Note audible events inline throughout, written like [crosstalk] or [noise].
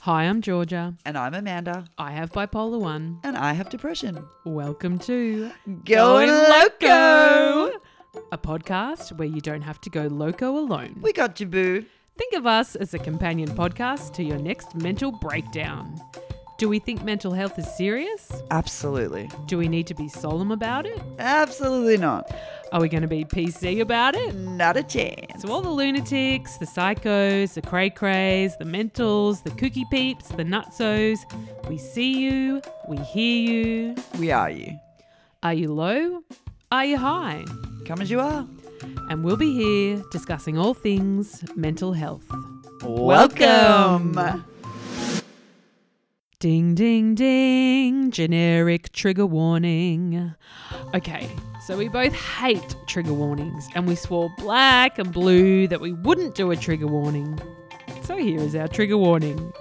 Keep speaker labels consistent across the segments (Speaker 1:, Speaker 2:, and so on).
Speaker 1: Hi, I'm Georgia.
Speaker 2: And I'm Amanda.
Speaker 1: I have bipolar 1.
Speaker 2: And I have depression.
Speaker 1: Welcome to
Speaker 2: Going Loco!
Speaker 1: a podcast where you don't have to go loco alone.
Speaker 2: We got you, boo.
Speaker 1: Think of us as a companion podcast to your next mental breakdown. Do we think mental health is serious?
Speaker 2: Absolutely.
Speaker 1: Do we need to be solemn about it?
Speaker 2: Absolutely not.
Speaker 1: Are we going to be PC about it?
Speaker 2: Not a chance.
Speaker 1: So all the lunatics, the psychos, the cray crays, the mentals, the kooky peeps, the nutsos, we see you, we hear you.
Speaker 2: We are you.
Speaker 1: Are you low? Are you high?
Speaker 2: Come as you are.
Speaker 1: And we'll be here discussing all things mental health.
Speaker 2: Welcome.
Speaker 1: Ding, ding, ding. Generic trigger warning. Okay, so we both hate trigger warnings, and we swore black and blue that we wouldn't do a trigger warning. So here is our trigger warning.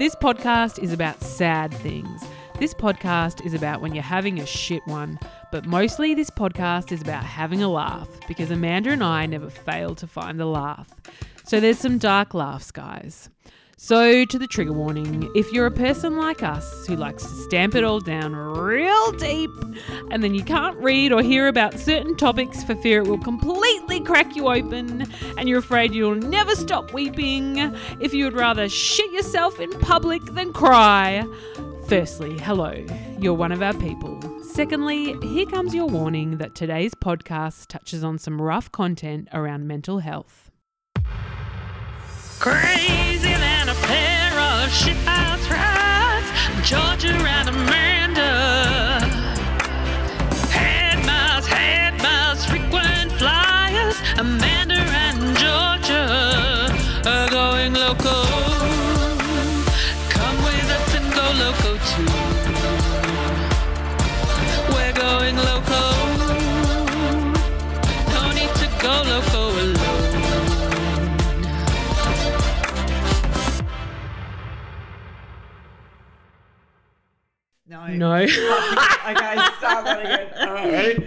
Speaker 1: This podcast is about sad things. This podcast is about when you're having a shit one, but mostly this podcast is about having a laugh because Amanda and I never fail to find the laugh. So there's some dark laughs, guys. So, to the trigger warning if you're a person like us who likes to stamp it all down real deep and then you can't read or hear about certain topics for fear it will completely crack you open and you're afraid you'll never stop weeping, if you would rather shit yourself in public than cry, Firstly, hello, you're one of our people. Secondly, here comes your warning that today's podcast touches on some rough content around mental health. Crazy than a pair of shithouse rats, Georgia and Amanda. Head miles, head miles, frequent flyers, Amanda and Georgia are going local. Come with us and go loco too. We're going loco. No need to go loco alone.
Speaker 2: No.
Speaker 1: No.
Speaker 2: [laughs] okay, start that again. All right.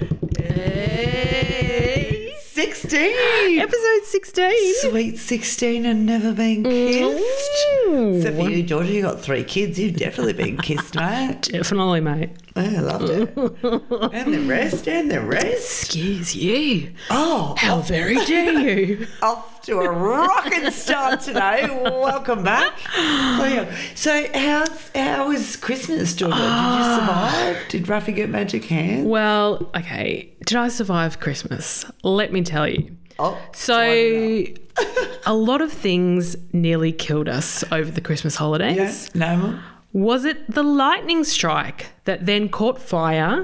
Speaker 2: 16.
Speaker 1: Episode 16.
Speaker 2: Sweet 16 and never been kissed. So for you, Georgia, you got three kids. You've definitely been kissed, [laughs] mate. Oh,
Speaker 1: Definitely, mate.
Speaker 2: I loved it. And the rest, and the rest.
Speaker 1: Geez, you.
Speaker 2: Oh,
Speaker 1: How very dare you?
Speaker 2: off to a rocking start today. Welcome back. Oh, yeah. So, how's, how was Christmas, Jordan? Did
Speaker 3: Ah.
Speaker 2: you survive? Did Rafi get magic hands?
Speaker 3: Well, okay. Did I survive Christmas? Let me tell you.
Speaker 2: Oh,
Speaker 3: So, [laughs] a lot of things nearly killed us over the Christmas holidays.
Speaker 2: yes, no more.
Speaker 3: Was it the lightning strike that then caught fire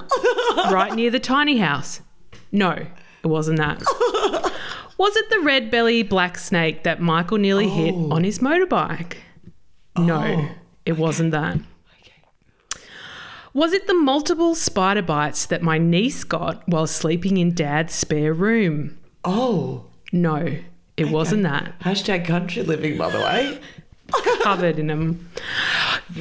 Speaker 3: right near the tiny house? No, it wasn't that. Was it the red belly black snake that Michael nearly hit on his motorbike? No, it wasn't that. Was it the multiple spider bites that my niece got while sleeping in dad's spare room?
Speaker 2: Oh,
Speaker 3: No, it wasn't that.
Speaker 2: hashtag country living, by the way.
Speaker 3: Covered in them.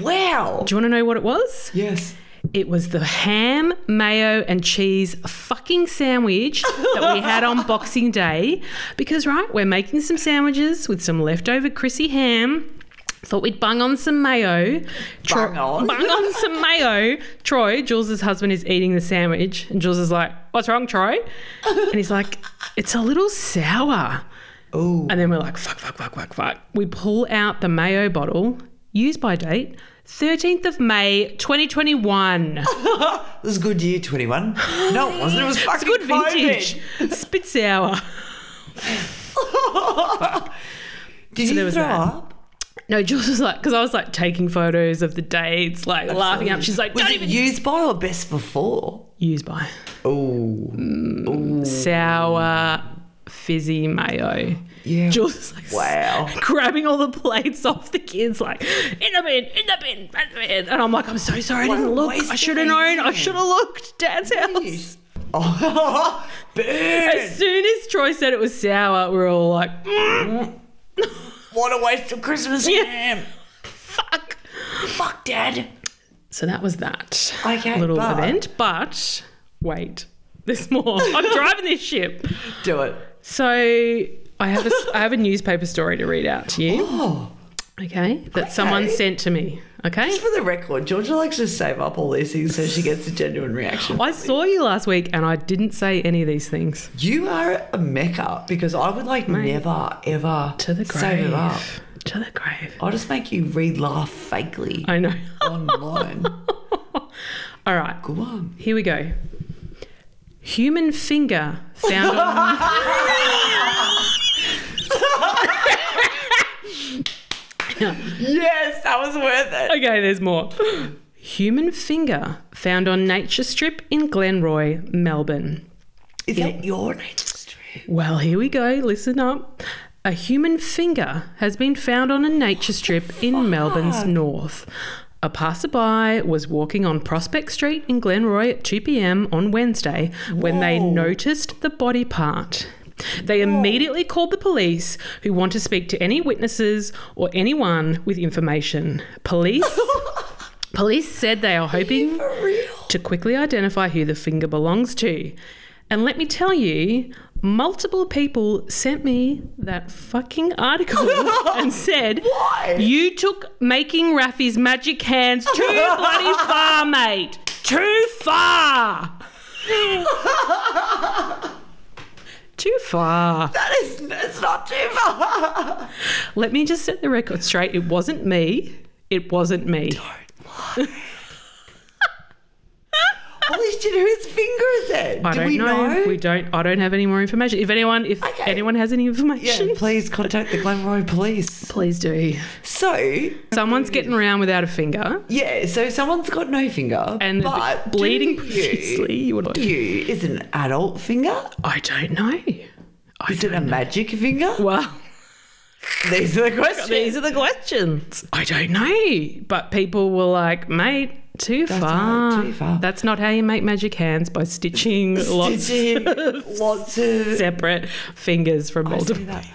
Speaker 2: Wow.
Speaker 3: Do you want to know what it was?
Speaker 2: Yes.
Speaker 3: It was the ham, mayo, and cheese fucking sandwich that we had
Speaker 2: [laughs]
Speaker 3: on Boxing Day. Because, right, we're making some sandwiches with some leftover Chrissy ham. Thought we'd bung on some mayo. Tro-
Speaker 2: Bung on.
Speaker 3: Bung on some mayo. Troy, Jules's husband, is eating the sandwich. And Jules is like, What's wrong, Troy? And he's like, It's a little sour.
Speaker 2: Oh,
Speaker 3: And then we're like, fuck, fuck, fuck, fuck, fuck. We pull out the mayo bottle, use by date, 13th of May, 2021.
Speaker 2: it was a good
Speaker 3: [gasps]
Speaker 2: year, 21. No, it wasn't. It was
Speaker 3: It's
Speaker 2: fucking
Speaker 3: good
Speaker 2: COVID.
Speaker 3: vintage. Spit sour.
Speaker 2: [laughs] Did
Speaker 3: there
Speaker 2: you
Speaker 3: was
Speaker 2: throw
Speaker 3: that.
Speaker 2: up?
Speaker 3: No, Jules was like, because I was like taking photos of the dates, like laughing up. She's like,
Speaker 2: Was
Speaker 3: don't
Speaker 2: it
Speaker 3: even
Speaker 2: used by or best before?
Speaker 3: use by.
Speaker 2: Oh,
Speaker 3: Mm. Sour, fizzy mayo.
Speaker 2: yeah.
Speaker 3: Jules is like,
Speaker 2: Wow.
Speaker 3: [laughs] grabbing all the plates off the kids, like in the bin, in the bin, in the bin. And I'm like, I'm so sorry, I
Speaker 2: What a
Speaker 3: didn't look.
Speaker 2: waste
Speaker 3: I
Speaker 2: of
Speaker 3: should have
Speaker 2: a
Speaker 3: known. I
Speaker 2: year."
Speaker 3: should have looked. Dad's house.
Speaker 2: Oh, [laughs] burn.
Speaker 3: As soon as Troy said it was sour, we are all like, "Mm,
Speaker 2: What a waste of Christmas ham.
Speaker 3: fuck.
Speaker 2: Fuck, Dad.
Speaker 3: So that was that
Speaker 2: Okay,
Speaker 3: little
Speaker 2: but-
Speaker 3: event. But wait, there's
Speaker 1: [laughs]
Speaker 3: more. I'm driving this ship.
Speaker 2: Do it.
Speaker 3: So I have a, s- I have a newspaper story to read out to you.
Speaker 2: Oh,
Speaker 1: okay, that someone
Speaker 2: Okay.
Speaker 1: sent to me. Okay.
Speaker 2: Just for the record, Georgia likes to save up all these things so she gets a genuine reaction.
Speaker 1: I saw you last week and I didn't say any of these things.
Speaker 2: You are a mecca because I would like never ever
Speaker 1: To the grave.
Speaker 2: save it up.
Speaker 1: To the grave.
Speaker 2: I'll just make you re laugh fakely
Speaker 1: I know.
Speaker 2: online.
Speaker 1: [laughs] All right.
Speaker 2: Good one.
Speaker 1: Here we go. Human finger found on.
Speaker 2: Yes, that was worth it.
Speaker 1: okay, there's more. Human finger found on nature strip in Glenroy, Melbourne.
Speaker 2: Is that your nature strip? [laughs]
Speaker 1: Well, here we go. Listen up. A human finger has been found on a nature strip in Melbourne's north. A passerby was walking on Prospect Street in Glenroy at 2 pm on Wednesday when they noticed the body part. They immediately called the police, who want to speak to any witnesses or anyone with information. [laughs] Police Police said they are hoping to quickly identify who the finger belongs to. And let me tell you, multiple people sent me that fucking
Speaker 2: [laughs]
Speaker 1: article and said, You took making Raffy's magic
Speaker 2: [laughs]
Speaker 1: hands too bloody far, mate. Too
Speaker 2: [laughs]
Speaker 1: far. too far.
Speaker 2: That is, it's not too far.
Speaker 1: Let me just set the record straight. It wasn't me. It wasn't me.
Speaker 2: Holy shit, whose finger is it?
Speaker 1: I
Speaker 2: Do
Speaker 1: don't
Speaker 2: we know?
Speaker 1: We don't. I don't have any more information. If anyone, if
Speaker 2: Okay.
Speaker 1: anyone has any information,
Speaker 2: yeah, please contact the Glenroy police.
Speaker 1: please do.
Speaker 2: So,
Speaker 1: Someone's getting around without a finger
Speaker 2: yeah, so someone's got no finger,
Speaker 1: and they're
Speaker 2: but do
Speaker 1: bleeding
Speaker 2: you-
Speaker 1: profusely. You would.
Speaker 2: You is an adult finger.
Speaker 1: I don't know. I
Speaker 2: Is it a
Speaker 1: don't.
Speaker 2: magic finger?
Speaker 1: Well,
Speaker 2: These are the
Speaker 1: [laughs]
Speaker 2: questions.
Speaker 1: these are the questions. I don't know, but people were like, "Mate, too far.
Speaker 2: not- too far."
Speaker 1: That's not how you make magic hands by stitching lots
Speaker 2: [laughs] Stitching, lots of.
Speaker 1: separate fingers from
Speaker 2: I see
Speaker 1: multiple."
Speaker 2: that.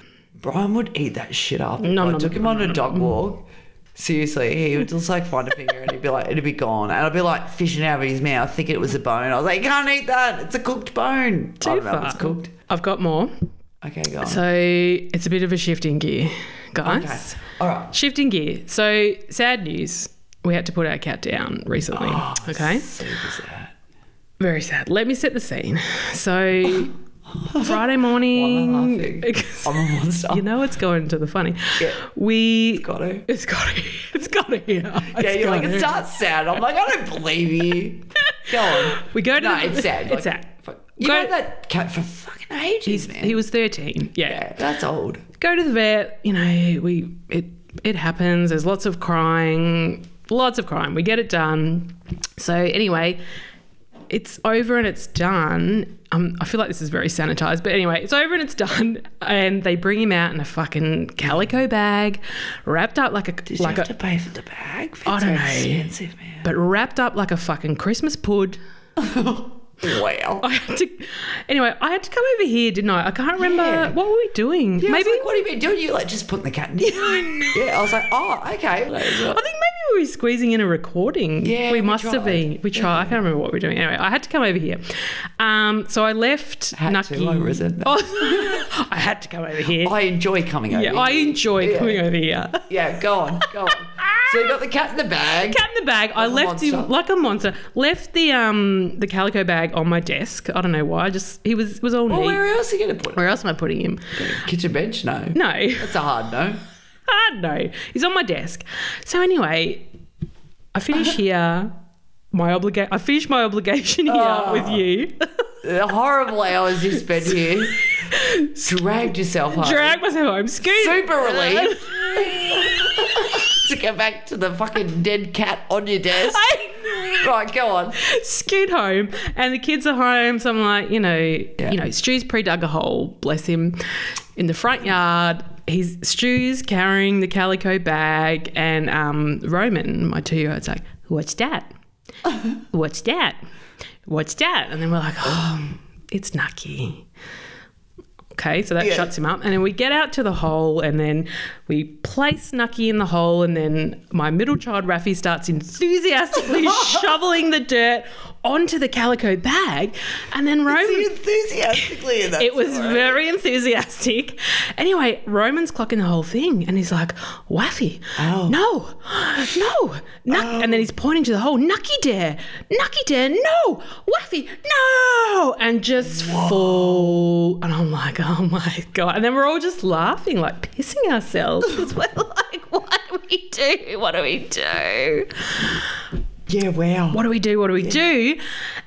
Speaker 2: Brian would eat that shit up.
Speaker 1: No,
Speaker 2: I
Speaker 1: no,
Speaker 2: took him on a dog walk. Seriously, he would just like find a finger and he'd be like, it'd be gone. And I'd be like fishing out of his mouth thinking it was a bone. I was like, you can't eat that. It's a cooked bone. I
Speaker 1: Too
Speaker 2: don't know if
Speaker 1: far.
Speaker 2: it's cooked.
Speaker 1: I've got more.
Speaker 2: Okay, go on.
Speaker 1: So it's a bit of a shift in gear, guys.
Speaker 2: okay. All right.
Speaker 1: Shifting gear. So sad news. We had to put our cat down recently.
Speaker 2: Oh,
Speaker 1: okay.
Speaker 2: Super
Speaker 1: [laughs]
Speaker 2: sad.
Speaker 1: Very sad. Let me set the scene.
Speaker 2: [laughs]
Speaker 1: So Friday morning.
Speaker 2: Why am I laughing? I'm a monster.
Speaker 1: [laughs] you know it's going to the funny.
Speaker 2: Yeah.
Speaker 1: We
Speaker 2: Got to.
Speaker 1: it's got to it's got to here.
Speaker 2: Yeah, you're like, it
Speaker 1: [laughs]
Speaker 2: starts sad. I'm like, I don't believe you. Go on.
Speaker 1: We go to
Speaker 2: No,
Speaker 1: the-
Speaker 2: it's sad.
Speaker 1: It's sad.
Speaker 2: fuck- You
Speaker 1: Go-
Speaker 2: had that cat for fucking ages, man.
Speaker 1: He was 13. yeah.
Speaker 2: yeah, that's old.
Speaker 1: go to the vet. You know, we it it happens. There's lots of crying, lots of crying. We get it done. So anyway, it's over and it's done. Um, I feel like this is very sanitized, but anyway, it's over and it's done. [laughs] And they bring him out in a fucking calico bag, wrapped up like a
Speaker 2: Did
Speaker 1: like
Speaker 2: you
Speaker 1: a,
Speaker 2: have to pay for the bag?
Speaker 1: I
Speaker 2: That's
Speaker 1: don't know.
Speaker 2: expensive, man.
Speaker 1: but wrapped up like a fucking Christmas pud. [laughs] Oh,
Speaker 2: Wow.
Speaker 1: I had to, anyway, I had to come over here, didn't I? I can't remember
Speaker 2: Yeah.
Speaker 1: what were we doing.
Speaker 2: I was
Speaker 1: Maybe
Speaker 2: like, what have you been doing? You like just putting
Speaker 1: [laughs]
Speaker 2: the cat in. yeah, I was like, oh, okay. Like, it's
Speaker 1: I
Speaker 2: like-
Speaker 1: think maybe we were squeezing in a recording.
Speaker 2: Yeah,
Speaker 1: we
Speaker 2: we
Speaker 1: must have
Speaker 2: tried.
Speaker 1: been. We tried. I can't remember what we were doing. Anyway, I had to come over here. Um, so I left
Speaker 2: Had to,
Speaker 1: Nucky.
Speaker 2: I resent that.
Speaker 1: Oh, [laughs] I had to come over here.
Speaker 2: I enjoy coming over.
Speaker 1: yeah,
Speaker 2: here.
Speaker 1: I enjoy
Speaker 2: Yeah.
Speaker 1: coming over here.
Speaker 2: Yeah, go on, go on. so you got the cat in the
Speaker 1: [laughs]
Speaker 2: bag.
Speaker 1: Cat in the bag. I
Speaker 2: a
Speaker 1: left him
Speaker 2: monster.
Speaker 1: like a monster. Left the um the calico bag on my desk. I don't know why. I just he was it was all
Speaker 2: Well,
Speaker 1: neat.
Speaker 2: where else are you going to put it?
Speaker 1: Where else am I putting him?
Speaker 2: Kitchen bench? No.
Speaker 1: No.
Speaker 2: That's a hard no.
Speaker 1: Ah, [laughs] no. He's on my desk. So anyway, I
Speaker 2: [laughs]
Speaker 1: finish here. My obliga- I finish my obligation here with you.
Speaker 2: Oh. The horrible hours you spent here. Dragged yourself home.
Speaker 1: [laughs] Drag myself home. Scoot. [laughs]
Speaker 2: Super relieved to get back to the fucking dead cat on your desk.
Speaker 1: I
Speaker 2: Right, go on.
Speaker 1: scoot home, and the kids are home. So I'm like, you know,
Speaker 2: Yeah.
Speaker 1: you know, Stu's pre dug a hole. Bless him. In the front yard, he's Stu's carrying the calico bag, and um, Roman, my two year old's like, "What's that? What's that? What's that?" And then we're like, "Oh, it's Nucky." Okay, so that
Speaker 2: Yeah.
Speaker 1: shuts him up. And then we get out to the hole and then we place Nucky in the hole. And then my middle child, Rafi, starts enthusiastically shoveling the dirt onto the calico bag, and then Roman.
Speaker 4: See, enthusiastically. That's
Speaker 1: It was
Speaker 4: all right.
Speaker 1: very enthusiastic. Anyway, Roman's clocking the whole thing and he's like, Waffy,
Speaker 4: Ow.
Speaker 1: no, [gasps] no, Nuck.
Speaker 4: Oh.
Speaker 1: And then he's pointing to the hole, Nucky Dare, Nucky Dare, no, Waffy, no. And just fall. And I'm like, oh my God. And then we're all just laughing, like pissing
Speaker 4: [laughs]
Speaker 1: ourselves [laughs] because we're like, what do we do? What do we do?
Speaker 4: Yeah, wow.
Speaker 1: What do we do? What do we do?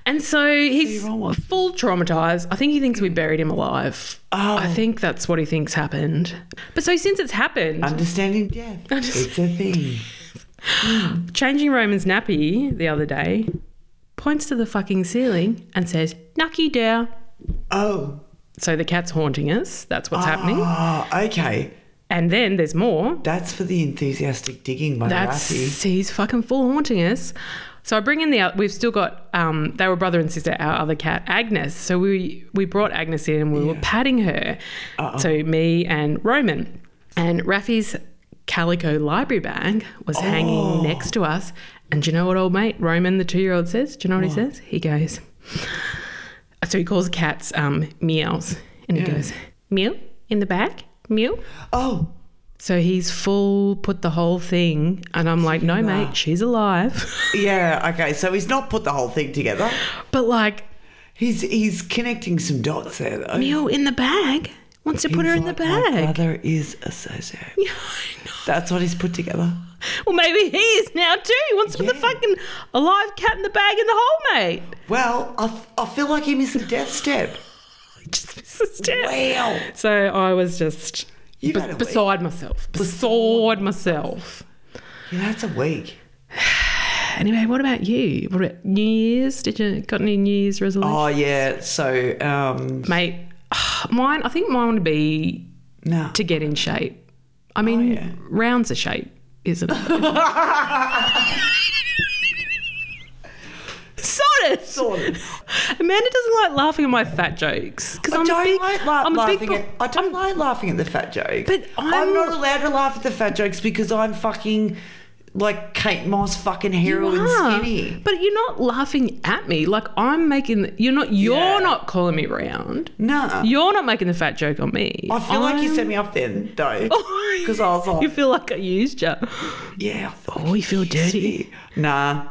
Speaker 1: And so he's
Speaker 4: wrong one.
Speaker 1: full traumatized. I think he thinks we buried him alive.
Speaker 4: Oh.
Speaker 1: I think that's what he thinks happened. But so since it's happened,
Speaker 4: Understanding death.
Speaker 1: Understand-
Speaker 4: It's a thing.
Speaker 1: changing Roman's nappy the other day, points to the fucking ceiling and says, Nucky dare.
Speaker 4: Oh.
Speaker 1: So the cat's haunting us. That's what's happening.
Speaker 4: Oh, okay.
Speaker 1: And then there's more.
Speaker 4: That's for the enthusiastic digging by
Speaker 1: That's
Speaker 4: Rafi.
Speaker 1: he's fucking full haunting us. So I bring in the oth- we've still got um they were brother and sister our other cat Agnes. So we we brought Agnes in and we were patting her. So me and Roman and Rafi's calico library bag was hanging next to us. And do you know what old mate Roman the 2-year-old says? Do you know what, he says? He goes So he calls cats um meows and he goes meow in the bag meow
Speaker 4: Oh,
Speaker 1: so he's full put the whole thing, and I'm like, no, mate, she's alive. [laughs]
Speaker 4: yeah. Okay. So he's not put the whole thing together.
Speaker 1: but like,
Speaker 4: He's he's connecting some dots there though.
Speaker 1: meal in the bag wants to put her
Speaker 4: He's
Speaker 1: in the
Speaker 4: like, "Oh, "My
Speaker 1: bag.
Speaker 4: brother is a socio.
Speaker 1: [laughs] Yeah, I know.
Speaker 4: That's what he's put together.
Speaker 1: Well, maybe he is now too. He wants to put the
Speaker 4: Yeah.
Speaker 1: fucking alive cat in the bag in the hole, mate. [laughs]
Speaker 4: Well, I, f- I feel like he missed a death step.
Speaker 1: He just missed a step.
Speaker 4: Wow.
Speaker 1: So I was just
Speaker 4: You
Speaker 1: be-
Speaker 4: got a week.
Speaker 1: beside myself, beside myself.
Speaker 4: Yeah, that's a week.
Speaker 1: Anyway, what about you? What about New Year's? Did you got any New Year's resolution,
Speaker 4: Oh yeah. So um,
Speaker 1: mate? [sighs] Mine, I think mine would be
Speaker 4: no. [laughs]
Speaker 1: to get in shape. I mean,
Speaker 4: Oh, yeah.
Speaker 1: rounds a shape,
Speaker 4: [laughs]
Speaker 1: isn't it? sort of.
Speaker 4: Sort of.
Speaker 1: Amanda doesn't like laughing at my fat jokes because
Speaker 4: I
Speaker 1: I'm
Speaker 4: don't
Speaker 1: a big,
Speaker 4: like la-
Speaker 1: I'm a
Speaker 4: laughing
Speaker 1: big book-
Speaker 4: at. I don't like laughing at the fat jokes.
Speaker 1: But I'm-
Speaker 4: not allowed to laugh at the fat jokes because I'm fucking like Kate Moss, fucking
Speaker 1: You
Speaker 4: heroin
Speaker 1: are.
Speaker 4: skinny.
Speaker 1: But you're not laughing at me. Like I'm making. You're not. You're
Speaker 4: Yeah.
Speaker 1: not calling me round.
Speaker 4: No,
Speaker 1: You're not making the fat joke on me.
Speaker 4: I feel like you
Speaker 1: I'm- [laughs]
Speaker 4: set me up then though, because I was
Speaker 1: Oh, you
Speaker 4: like,
Speaker 1: feel like I used you.
Speaker 4: yeah. I feel like
Speaker 1: Oh, you feel
Speaker 4: it's
Speaker 1: dirty.
Speaker 4: me. Nah,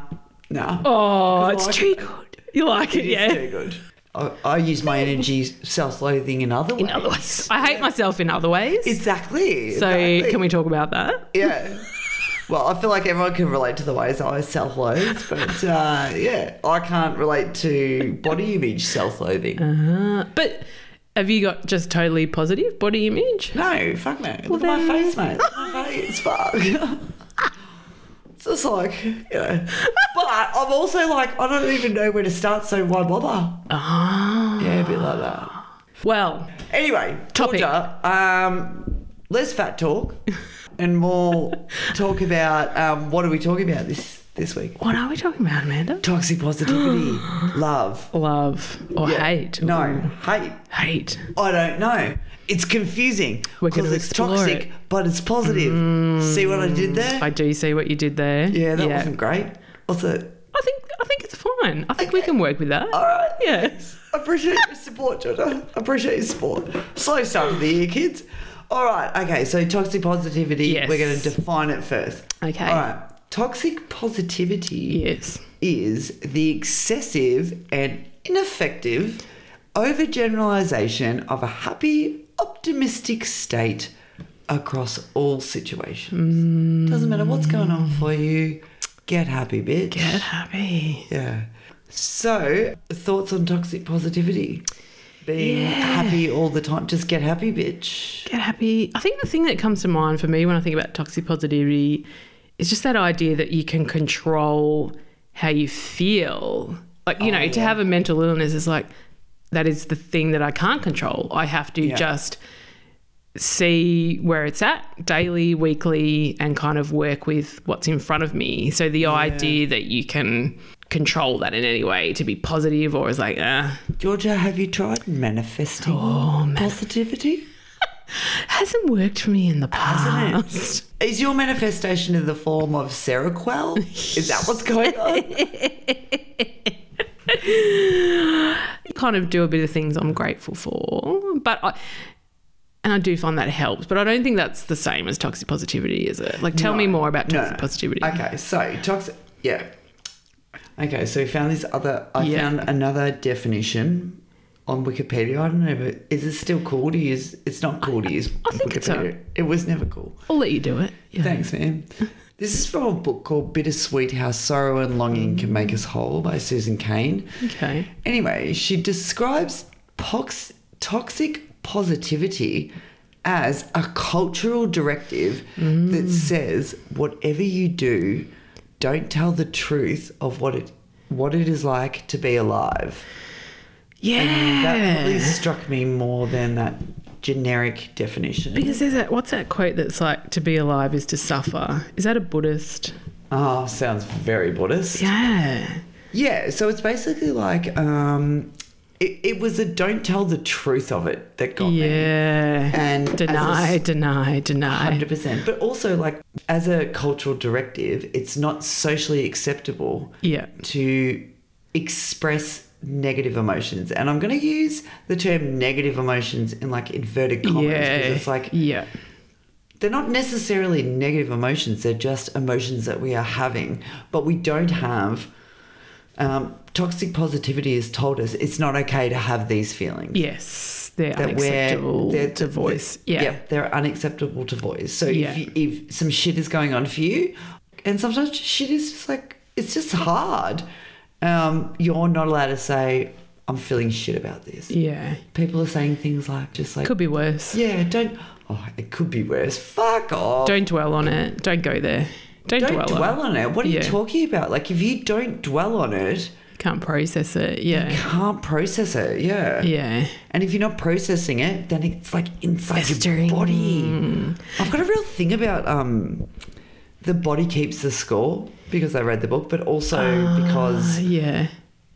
Speaker 4: nah.
Speaker 1: Oh,
Speaker 4: I
Speaker 1: it's
Speaker 4: like
Speaker 1: too
Speaker 4: it.
Speaker 1: good. You like it,
Speaker 4: It is
Speaker 1: yeah?
Speaker 4: too good. I, I use my energy self-loathing in other ways.
Speaker 1: In other ways, I hate myself in other ways.
Speaker 4: Exactly.
Speaker 1: So
Speaker 4: exactly.
Speaker 1: can we talk about that?
Speaker 4: Yeah. Well, I feel like everyone can relate to the ways I self loathe, but uh, yeah, I can't relate to body image self loathing.
Speaker 1: Uh, but have you got just totally positive body image?
Speaker 4: No, fuck no. Look at
Speaker 1: then-
Speaker 4: my face, mate. Look [laughs] at my face, fuck. it's just like, you know. But I'm also like, I don't even know where to start, so why bother?
Speaker 1: Ah.
Speaker 4: Yeah, a bit like that.
Speaker 1: Well,
Speaker 4: Anyway,
Speaker 1: Topic.
Speaker 4: Georgia, um, less fat talk and more talk about um, what are we talking about this, this week?
Speaker 1: what are we talking about, Amanda? [gasps]
Speaker 4: toxic positivity, love,
Speaker 1: Love or
Speaker 4: Yeah.
Speaker 1: hate?
Speaker 4: No,
Speaker 1: Ooh,
Speaker 4: hate.
Speaker 1: hate.
Speaker 4: I don't know. It's confusing
Speaker 1: We're gonna
Speaker 4: because it's
Speaker 1: explore
Speaker 4: toxic,
Speaker 1: it. Mm.
Speaker 4: but it's positive. See what I did there?
Speaker 1: I do see what you did there.
Speaker 4: yeah, that wasn't great. Also,
Speaker 1: I think I think it's fine. I think we can work with that.
Speaker 4: all right.
Speaker 1: Yeah.
Speaker 4: I appreciate your support, Jota. I appreciate your support. Slow start of the year, kids. All right. Okay. So toxic positivity.
Speaker 1: Yes.
Speaker 4: We're going to define it first.
Speaker 1: Okay.
Speaker 4: All right. Toxic positivity.
Speaker 1: Yes.
Speaker 4: is the excessive and ineffective overgeneralization of a happy, optimistic state across all situations. Doesn't matter what's going on for you, get happy, bitch.
Speaker 1: Get happy.
Speaker 4: yeah. So, thoughts on toxic positivity? Being happy all the time. Just get happy, bitch.
Speaker 1: Get happy. I think the thing that comes to mind for me when I think about toxic positivity is just that idea that you can control how you feel. Like, you know, to have a mental illness is like, that is the thing that I can't control. I have to just see where it's at daily, weekly, and kind of work with what's in front of me. So the idea that you can control that in any way to be positive or is like, uh,
Speaker 4: Georgia, have you tried manifesting positivity?
Speaker 1: hasn't worked for me in the
Speaker 4: it?
Speaker 1: past.
Speaker 4: Is your manifestation in the form of Seroquel? Is that what's going on?
Speaker 1: kind of do a bit of things I'm grateful for, but I, and I do find that helps, but I don't think that's the same as toxic positivity, is it? Like, tell me more about
Speaker 4: No,
Speaker 1: toxic
Speaker 4: no.
Speaker 1: positivity.
Speaker 4: Okay, so toxic. Yeah. Okay, so we found this other. I
Speaker 1: Yeah.
Speaker 4: found another definition on Wikipedia. I don't know, but is it still cool to use? It's not cool to use.
Speaker 1: I think it's
Speaker 4: Wikipedia. It was never cool.
Speaker 1: I'll let you do it. Yeah. [laughs]
Speaker 4: Thanks, man. This is from a book called Bittersweet How Sorrow and Longing Can Make Us Whole by Susan Kane.
Speaker 1: Okay.
Speaker 4: Anyway, she describes pox- toxic positivity as a cultural directive
Speaker 1: Mm.
Speaker 4: that says whatever you do, don't tell the truth of what it what it is like to be alive.
Speaker 1: Yeah.
Speaker 4: And that probably struck me more than that generic definition.
Speaker 1: Because there's that, what's that quote that's like, to be alive is to suffer? Is that a Buddhist?
Speaker 4: oh, sounds very Buddhist.
Speaker 1: Yeah.
Speaker 4: Yeah, so it's basically like um, it, it was a don't tell the truth of it that got me.
Speaker 1: Yeah.
Speaker 4: And as a
Speaker 1: deny, deny, deny.
Speaker 4: Hundred percent. But also, like as a cultural directive, it's not socially acceptable
Speaker 1: Yeah.
Speaker 4: to express negative emotions. And I'm going to use the term negative emotions in like inverted commas because
Speaker 1: Yeah.
Speaker 4: it's like
Speaker 1: yeah.
Speaker 4: they're not necessarily negative emotions they're just emotions that we are having but we don't have um, toxic positivity has told us it's not okay to have these feelings
Speaker 1: Yes. They're
Speaker 4: That we're-
Speaker 1: unacceptable
Speaker 4: they're-
Speaker 1: to voice. Yeah.
Speaker 4: Yep, they're unacceptable to voice so
Speaker 1: Yeah.
Speaker 4: if, you, if some shit is going on for you and sometimes shit is just like it's just hard um, you're not allowed to say i'm feeling shit about this
Speaker 1: Yeah.
Speaker 4: people are saying things like just like
Speaker 1: Could be worse.
Speaker 4: yeah don't oh it could be worse fuck off
Speaker 1: Don't dwell on it. Don't go there. Don't,
Speaker 4: don't
Speaker 1: dwell,
Speaker 4: dwell,
Speaker 1: on
Speaker 4: on it. What are
Speaker 1: Yeah.
Speaker 4: you talking about? Like, if you don't dwell on it,
Speaker 1: it. Can't process it.
Speaker 4: you
Speaker 1: Yeah.
Speaker 4: can't process it. Yeah.
Speaker 1: Yeah.
Speaker 4: And if you're not processing it, then it's like inside
Speaker 1: Festering. Mm.
Speaker 4: your body. I've got a real thing about um, the body keeps the score because I read the book, but also
Speaker 1: Ah,
Speaker 4: because
Speaker 1: yeah.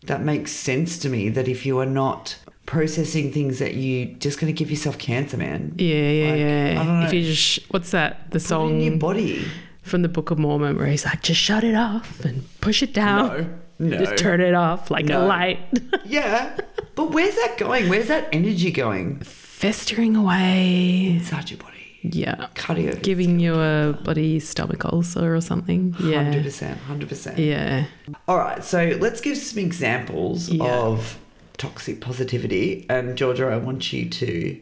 Speaker 4: that makes sense to me that if you are not processing things that you just going to give yourself cancer, man.
Speaker 1: Yeah, yeah,
Speaker 4: Like, I don't
Speaker 1: yeah.
Speaker 4: know.
Speaker 1: If you just, sh- what's that? The
Speaker 4: Put it in your
Speaker 1: song
Speaker 4: body.
Speaker 1: from the Book of Mormon where he's like, just shut it off and push it down.
Speaker 4: No, no.
Speaker 1: Just turn it off like a
Speaker 4: No.
Speaker 1: light.
Speaker 4: [laughs] Yeah. but where's that going? Where's that energy going?
Speaker 1: Festering away.
Speaker 4: Inside your body.
Speaker 1: Yeah.
Speaker 4: Cardio.
Speaker 1: Giving you a bloody stomach ulcer or something. Yeah.
Speaker 4: 100%. 100%.
Speaker 1: Yeah.
Speaker 4: All right, so let's give some examples
Speaker 1: Yeah.
Speaker 4: of toxic positivity. And Georgia, I want you to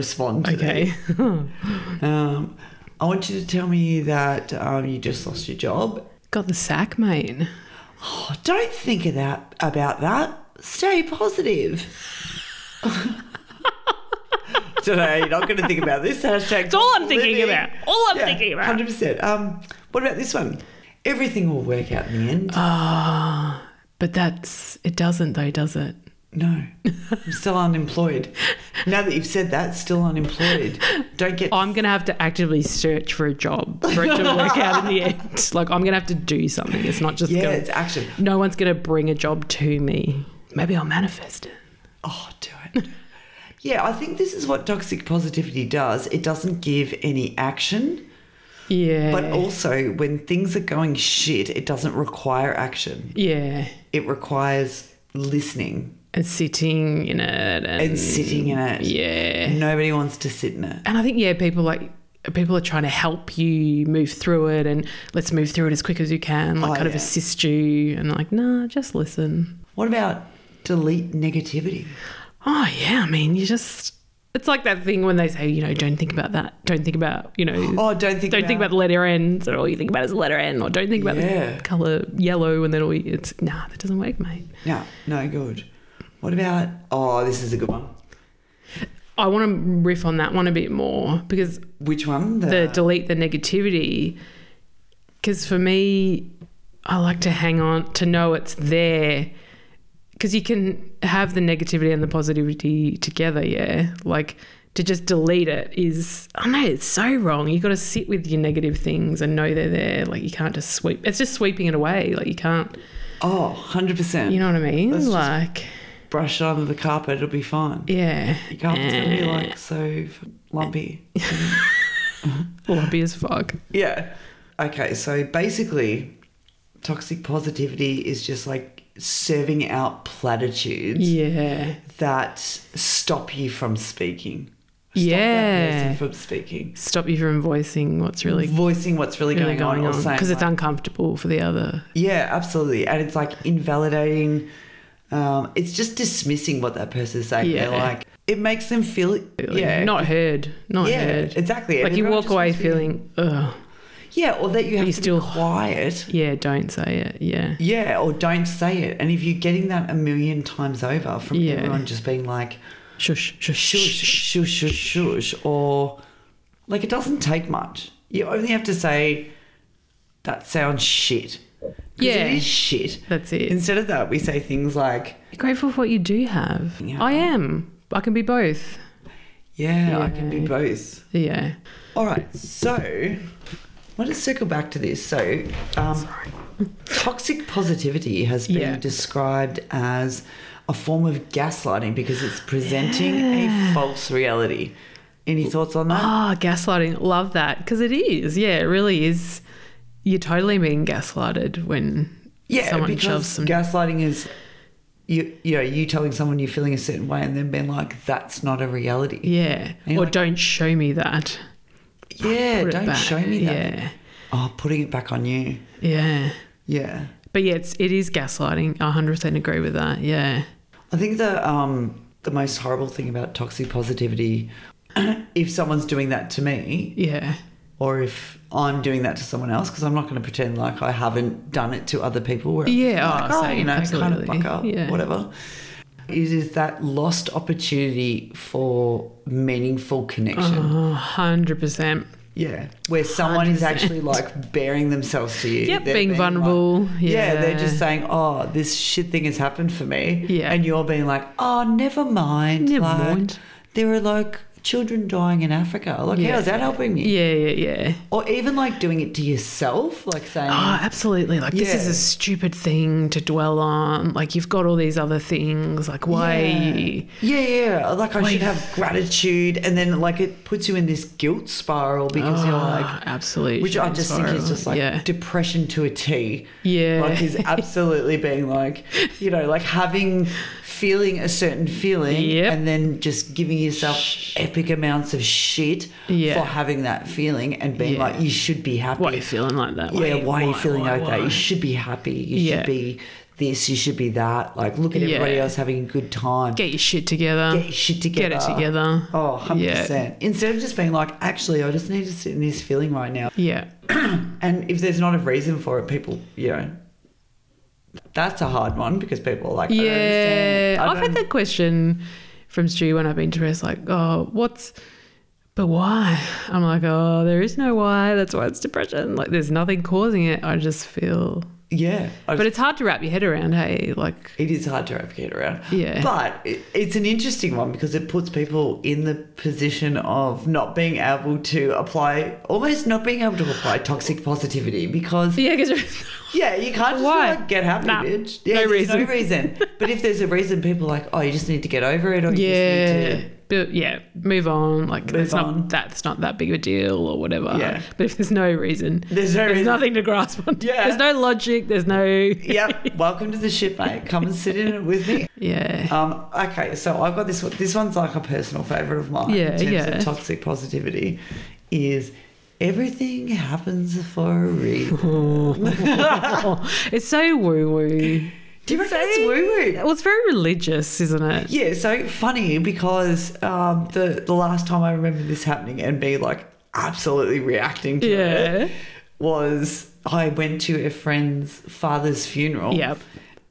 Speaker 4: respond to
Speaker 1: Okay. [laughs]
Speaker 4: that. Um, I want you to tell me that um, you just lost your job.
Speaker 1: Got the sack, mate.
Speaker 4: Oh, don't think of that, about that.
Speaker 1: [laughs]
Speaker 4: Stay positive. Today, you're not going to think about this. Hashtag
Speaker 1: It's all I'm thinking about. All I'm
Speaker 4: Yeah,
Speaker 1: thinking about.
Speaker 4: 100%. Um, what about this one? Everything will work out in the end.
Speaker 1: Ah, but that's, it doesn't though, does it?
Speaker 4: No, I'm still unemployed. Now that you've said that, still unemployed. Don't get.
Speaker 1: I'm going to have to actively search for a job for it to work out [laughs] in the end. Like, I'm going to have to do something. It's not just
Speaker 4: yeah,
Speaker 1: going
Speaker 4: it's action.
Speaker 1: No one's going to bring a job to me. Maybe I'll manifest it.
Speaker 4: Oh, do it. Yeah, I think this is what toxic positivity does. It doesn't give any action,
Speaker 1: Yeah.
Speaker 4: but also when things are going shit, it doesn't require action.
Speaker 1: yeah.
Speaker 4: It requires listening
Speaker 1: And sitting in it. And,
Speaker 4: and sitting in it.
Speaker 1: Mm, Yeah.
Speaker 4: Nobody wants to sit in it.
Speaker 1: And I think, yeah, people like, people are trying to help you move through it and let's move through it as quick as you can, like
Speaker 4: Oh,
Speaker 1: kind of
Speaker 4: yeah.
Speaker 1: assist you. And like, nah, just listen.
Speaker 4: What about delete negativity?
Speaker 1: Oh, yeah. I mean, you just, it's like that thing when they say, you know, don't think about that. Don't think about, you know,
Speaker 4: Oh, don't think.
Speaker 1: don't think about the letter N, so all you think about is the letter N, or don't think about
Speaker 4: Yeah.
Speaker 1: the color yellow, and then all you, it's nah, that doesn't work, mate.
Speaker 4: No, no good. What about? Oh, this is a good one.
Speaker 1: I want to riff on that one a bit more because
Speaker 4: Which one?
Speaker 1: the delete the negativity. Because for me, I like to hang on to know it's there. Because you can have the negativity and the positivity together, yeah. Like to just delete it is, I know it's so wrong. You got to sit with your negative things and know they're there. Like you can't just sweep. It's just sweeping it away. Like you can't.
Speaker 4: Oh, 100%.
Speaker 1: You know what I mean?
Speaker 4: Let's just-
Speaker 1: like
Speaker 4: brush it under the carpet, it'll be fine.
Speaker 1: yeah. Eh.
Speaker 4: You can't, it's going to be like so f- lumpy.
Speaker 1: Lumpy Oh, as fuck.
Speaker 4: Yeah. Okay, so basically, toxic positivity is just like serving out platitudes
Speaker 1: Yeah.
Speaker 4: that stop you from speaking. Stop that person Mm.
Speaker 1: yeah.
Speaker 4: from speaking.
Speaker 1: Stop you from voicing what's really,
Speaker 4: Voicing what's really,
Speaker 1: really
Speaker 4: going, on, or saying
Speaker 1: because it's
Speaker 4: like-
Speaker 1: uncomfortable for the other.
Speaker 4: Yeah, absolutely. And it's like invalidating. Um, it's just dismissing what that person's saying.
Speaker 1: Yeah.
Speaker 4: They're like, it makes them feel,
Speaker 1: Feeling.
Speaker 4: yeah,
Speaker 1: Not heard. Not
Speaker 4: yeah,
Speaker 1: heard.
Speaker 4: exactly. And
Speaker 1: Like you
Speaker 4: everyone
Speaker 1: walk
Speaker 4: just
Speaker 1: away
Speaker 4: wants to be-
Speaker 1: feeling, ugh.
Speaker 4: yeah, or that you have
Speaker 1: you
Speaker 4: to
Speaker 1: still-
Speaker 4: be
Speaker 1: [laughs]
Speaker 4: quiet.
Speaker 1: Yeah. Don't say it. Yeah.
Speaker 4: Yeah, or don't say it. And if you're getting that a million times over from
Speaker 1: Yeah.
Speaker 4: everyone just being like,
Speaker 1: Shush. Shush.
Speaker 4: shush, shush, shush, shush, or like it doesn't take much. You only have to say, that sounds shit. 'Cause
Speaker 1: Yeah.
Speaker 4: It is shit.
Speaker 1: That's it.
Speaker 4: Instead of that, we say things like,
Speaker 1: Be grateful for what you do have.
Speaker 4: Yeah.
Speaker 1: I am. I can be both.
Speaker 4: yeah, I can be both.
Speaker 1: Yeah.
Speaker 4: All right, so let's circle back to this. So, um, toxic positivity has been
Speaker 1: Yeah.
Speaker 4: described as a form of gaslighting because it's presenting a false reality. Any thoughts on that?
Speaker 1: Ah, gaslighting. Love that. Because it is. Yeah, it really is. You're totally being gaslighted when
Speaker 4: yeah,
Speaker 1: Oh, someone shoves
Speaker 4: because
Speaker 1: some.
Speaker 4: gaslighting is you, you know, you telling someone you're feeling a certain way and then being like, "That's not a reality."
Speaker 1: yeah.
Speaker 4: you're
Speaker 1: Or
Speaker 4: like-
Speaker 1: don't show me that.
Speaker 4: Yeah,
Speaker 1: Put it
Speaker 4: don't
Speaker 1: back.
Speaker 4: show me that.
Speaker 1: Yeah.
Speaker 4: Oh, putting it back on you.
Speaker 1: Yeah.
Speaker 4: Yeah.
Speaker 1: But yeah, it's, it is gaslighting. I 100% agree with that. Yeah.
Speaker 4: I think the um, the most horrible thing about toxic positivity, [clears throat] if someone's doing that to me,
Speaker 1: Yeah.
Speaker 4: or if I'm doing that to someone else, because I'm not going to pretend like I haven't done it to other people. Where I'm just
Speaker 1: Yeah,
Speaker 4: like,
Speaker 1: oh,
Speaker 4: oh,
Speaker 1: same,
Speaker 4: you know,
Speaker 1: absolutely.
Speaker 4: kind of fuck up,
Speaker 1: Yeah.
Speaker 4: whatever. It is that lost opportunity for meaningful connection.
Speaker 1: Oh, 100%.
Speaker 4: Yeah, where someone is actually like bearing themselves to you.
Speaker 1: Yep,
Speaker 4: They're
Speaker 1: being
Speaker 4: like-
Speaker 1: vulnerable,
Speaker 4: yeah, they're
Speaker 1: yeah.
Speaker 4: just saying, "Oh, this shit thing has happened for me."
Speaker 1: Yeah.
Speaker 4: and you're being like, "Oh, never mind."
Speaker 1: Never
Speaker 4: like,
Speaker 1: mind.
Speaker 4: There are like children dying in Africa. Like,
Speaker 1: Yeah.
Speaker 4: how's that helping me?
Speaker 1: Yeah, yeah, yeah.
Speaker 4: Or even like doing it to yourself, like saying,
Speaker 1: Oh, absolutely. Like, this is
Speaker 4: Yeah.
Speaker 1: a stupid thing to dwell on. Like, you've got all these other things. Like, why are you.
Speaker 4: Yeah, yeah. Like I
Speaker 1: Wait.
Speaker 4: should have gratitude, and then like it puts you in this guilt spiral because you're
Speaker 1: Ah.
Speaker 4: like,
Speaker 1: Oh, absolutely.
Speaker 4: which I just think is just like
Speaker 1: yeah.
Speaker 4: depression to a T.
Speaker 1: Yeah. [laughs]
Speaker 4: like is absolutely being like, you know, like having feeling a certain feeling,
Speaker 1: Yep.
Speaker 4: and then just giving yourself epic amounts of shit
Speaker 1: Yeah.
Speaker 4: for having that feeling and being
Speaker 1: Yeah.
Speaker 4: like, you should be happy.
Speaker 1: why are you feeling like that?
Speaker 4: yeah, why, are you feeling
Speaker 1: why,
Speaker 4: like that?
Speaker 1: why?
Speaker 4: You should be happy. You
Speaker 1: Yeah.
Speaker 4: should be this. You should be that. Like, look at
Speaker 1: Yeah.
Speaker 4: everybody else having a good time.
Speaker 1: Get your shit together.
Speaker 4: Get your shit
Speaker 1: Get
Speaker 4: together.
Speaker 1: it together.
Speaker 4: Oh, 100%.
Speaker 1: Yeah.
Speaker 4: Instead of just being like, actually, I just need to sit in this feeling right now.
Speaker 1: Yeah.
Speaker 4: And if there's not a reason for it, people, you know, that's a hard one because people are like, I don't understand.
Speaker 1: Yeah.
Speaker 4: I
Speaker 1: I've had
Speaker 4: don't-
Speaker 1: that question from Stu when I've been dressed, like, oh, what's. But why? I'm like, oh, there is no why. That's why it's depression. Like, there's nothing causing it. I just feel.
Speaker 4: Yeah. I
Speaker 1: But
Speaker 4: just-
Speaker 1: it's hard to wrap your head around, hey? Like,
Speaker 4: it is hard to wrap your head around.
Speaker 1: Yeah.
Speaker 4: But it, it's an interesting one because it puts people in the position of not being able to apply, almost not being able to apply toxic positivity
Speaker 1: [laughs]
Speaker 4: because,
Speaker 1: yeah, [laughs] because
Speaker 4: yeah, you can't just be
Speaker 1: Why?
Speaker 4: like, get happy,
Speaker 1: Nah,
Speaker 4: bitch.
Speaker 1: no
Speaker 4: Yeah, there's
Speaker 1: reason.
Speaker 4: no reason. but if there's a reason, people are like, oh, you just need to get over it or you just need to.
Speaker 1: yeah, but yeah, move on. Like it's
Speaker 4: on.
Speaker 1: not that's not that big of a deal or whatever.
Speaker 4: Yeah.
Speaker 1: But if there's no reason,
Speaker 4: There's no reason.
Speaker 1: nothing to grasp on.
Speaker 4: Yeah.
Speaker 1: There's no logic. There's no.
Speaker 4: yep. Welcome to the ship, mate. Come and sit in it with me.
Speaker 1: [laughs] Yeah.
Speaker 4: Um, okay, so I've got this one. This one's like a personal favourite of mine
Speaker 1: Yeah,
Speaker 4: in terms
Speaker 1: yeah.
Speaker 4: of toxic positivity is everything happens for a reason.
Speaker 1: [laughs] it's so woo woo.
Speaker 4: Do you reckon that's woo woo?
Speaker 1: Well, it's very religious, isn't it?
Speaker 4: Yeah, so funny because um, the, the last time I remember this happening and me like absolutely reacting to
Speaker 1: Yeah.
Speaker 4: it was I went to a friend's father's funeral.
Speaker 1: Yep.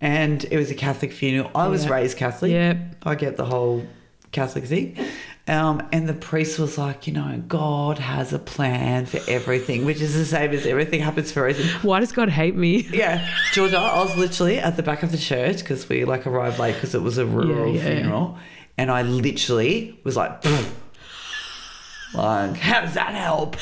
Speaker 4: And it was a Catholic funeral. I was
Speaker 1: Yeah.
Speaker 4: raised Catholic.
Speaker 1: Yep.
Speaker 4: I get the whole Catholic thing. Um, and the priest was like, you know, God has a plan for everything, which is the same as everything happens for a reason.
Speaker 1: Why does God hate me?
Speaker 4: Yeah, Georgia, I was literally at the back of the church because we like arrived late because it was a rural
Speaker 1: Yeah, yeah.
Speaker 4: funeral, and I literally was like, "Pfft." like, how does that help?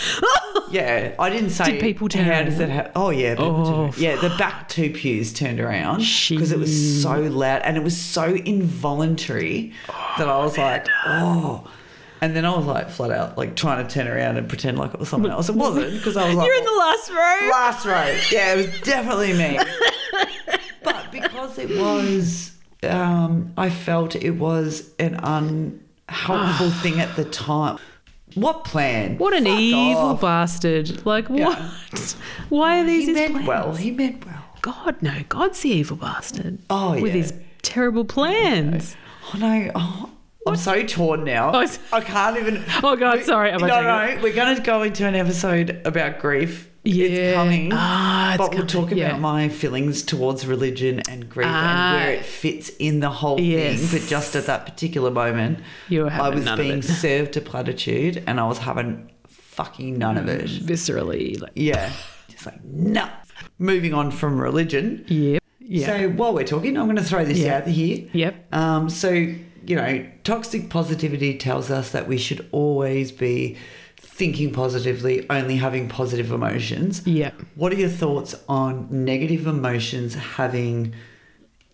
Speaker 4: yeah, I didn't say.
Speaker 1: Did people turn
Speaker 4: How
Speaker 1: around?"
Speaker 4: does that help? Oh yeah, people
Speaker 1: Oh,
Speaker 4: turned around. yeah. The back two pews turned around because it was so loud and it was so involuntary that I was like, oh. And then I was like flat out like trying to turn around and pretend like it was someone else. It wasn't because I was like,
Speaker 1: You're in the last row. [laughs]
Speaker 4: Last row. Yeah, it was definitely me. But because it was, um, I felt it was an unhelpful
Speaker 1: [sighs]
Speaker 4: thing at the time. What plan?
Speaker 1: What an
Speaker 4: Fuck
Speaker 1: evil
Speaker 4: off.
Speaker 1: bastard. Like,
Speaker 4: Yeah.
Speaker 1: what? Why are these
Speaker 4: He
Speaker 1: his
Speaker 4: meant
Speaker 1: plans?
Speaker 4: well. He meant well.
Speaker 1: God, no. God's the evil bastard.
Speaker 4: Oh,
Speaker 1: With
Speaker 4: yeah.
Speaker 1: his terrible plans.
Speaker 4: Oh no. Oh, I'm so torn now.
Speaker 1: Oh, it's-
Speaker 4: I can't even.
Speaker 1: Oh, God,
Speaker 4: We-
Speaker 1: sorry. I'm
Speaker 4: no,
Speaker 1: okay.
Speaker 4: no. We're going to go into an episode about grief.
Speaker 1: Yeah.
Speaker 4: It's coming.
Speaker 1: Ah, it's
Speaker 4: but we'll
Speaker 1: coming,
Speaker 4: talk about
Speaker 1: yeah.
Speaker 4: my feelings towards religion and grief
Speaker 1: Ah.
Speaker 4: and where it fits in the whole
Speaker 1: Yes.
Speaker 4: thing. But just at that particular moment,
Speaker 1: You were
Speaker 4: I
Speaker 1: having
Speaker 4: was
Speaker 1: none of
Speaker 4: being
Speaker 1: it. [laughs]
Speaker 4: served a platitude and I was having fucking none of it.
Speaker 1: Viscerally. Like,
Speaker 4: Yeah. Just like, no. Moving on from religion.
Speaker 1: yep. Yeah.
Speaker 4: So while we're talking, I'm going to throw this
Speaker 1: Yeah.
Speaker 4: out here.
Speaker 1: Yep.
Speaker 4: Um, so, you know, toxic positivity tells us that we should always be thinking positively, only having positive emotions.
Speaker 1: Yep.
Speaker 4: What are your thoughts on negative emotions having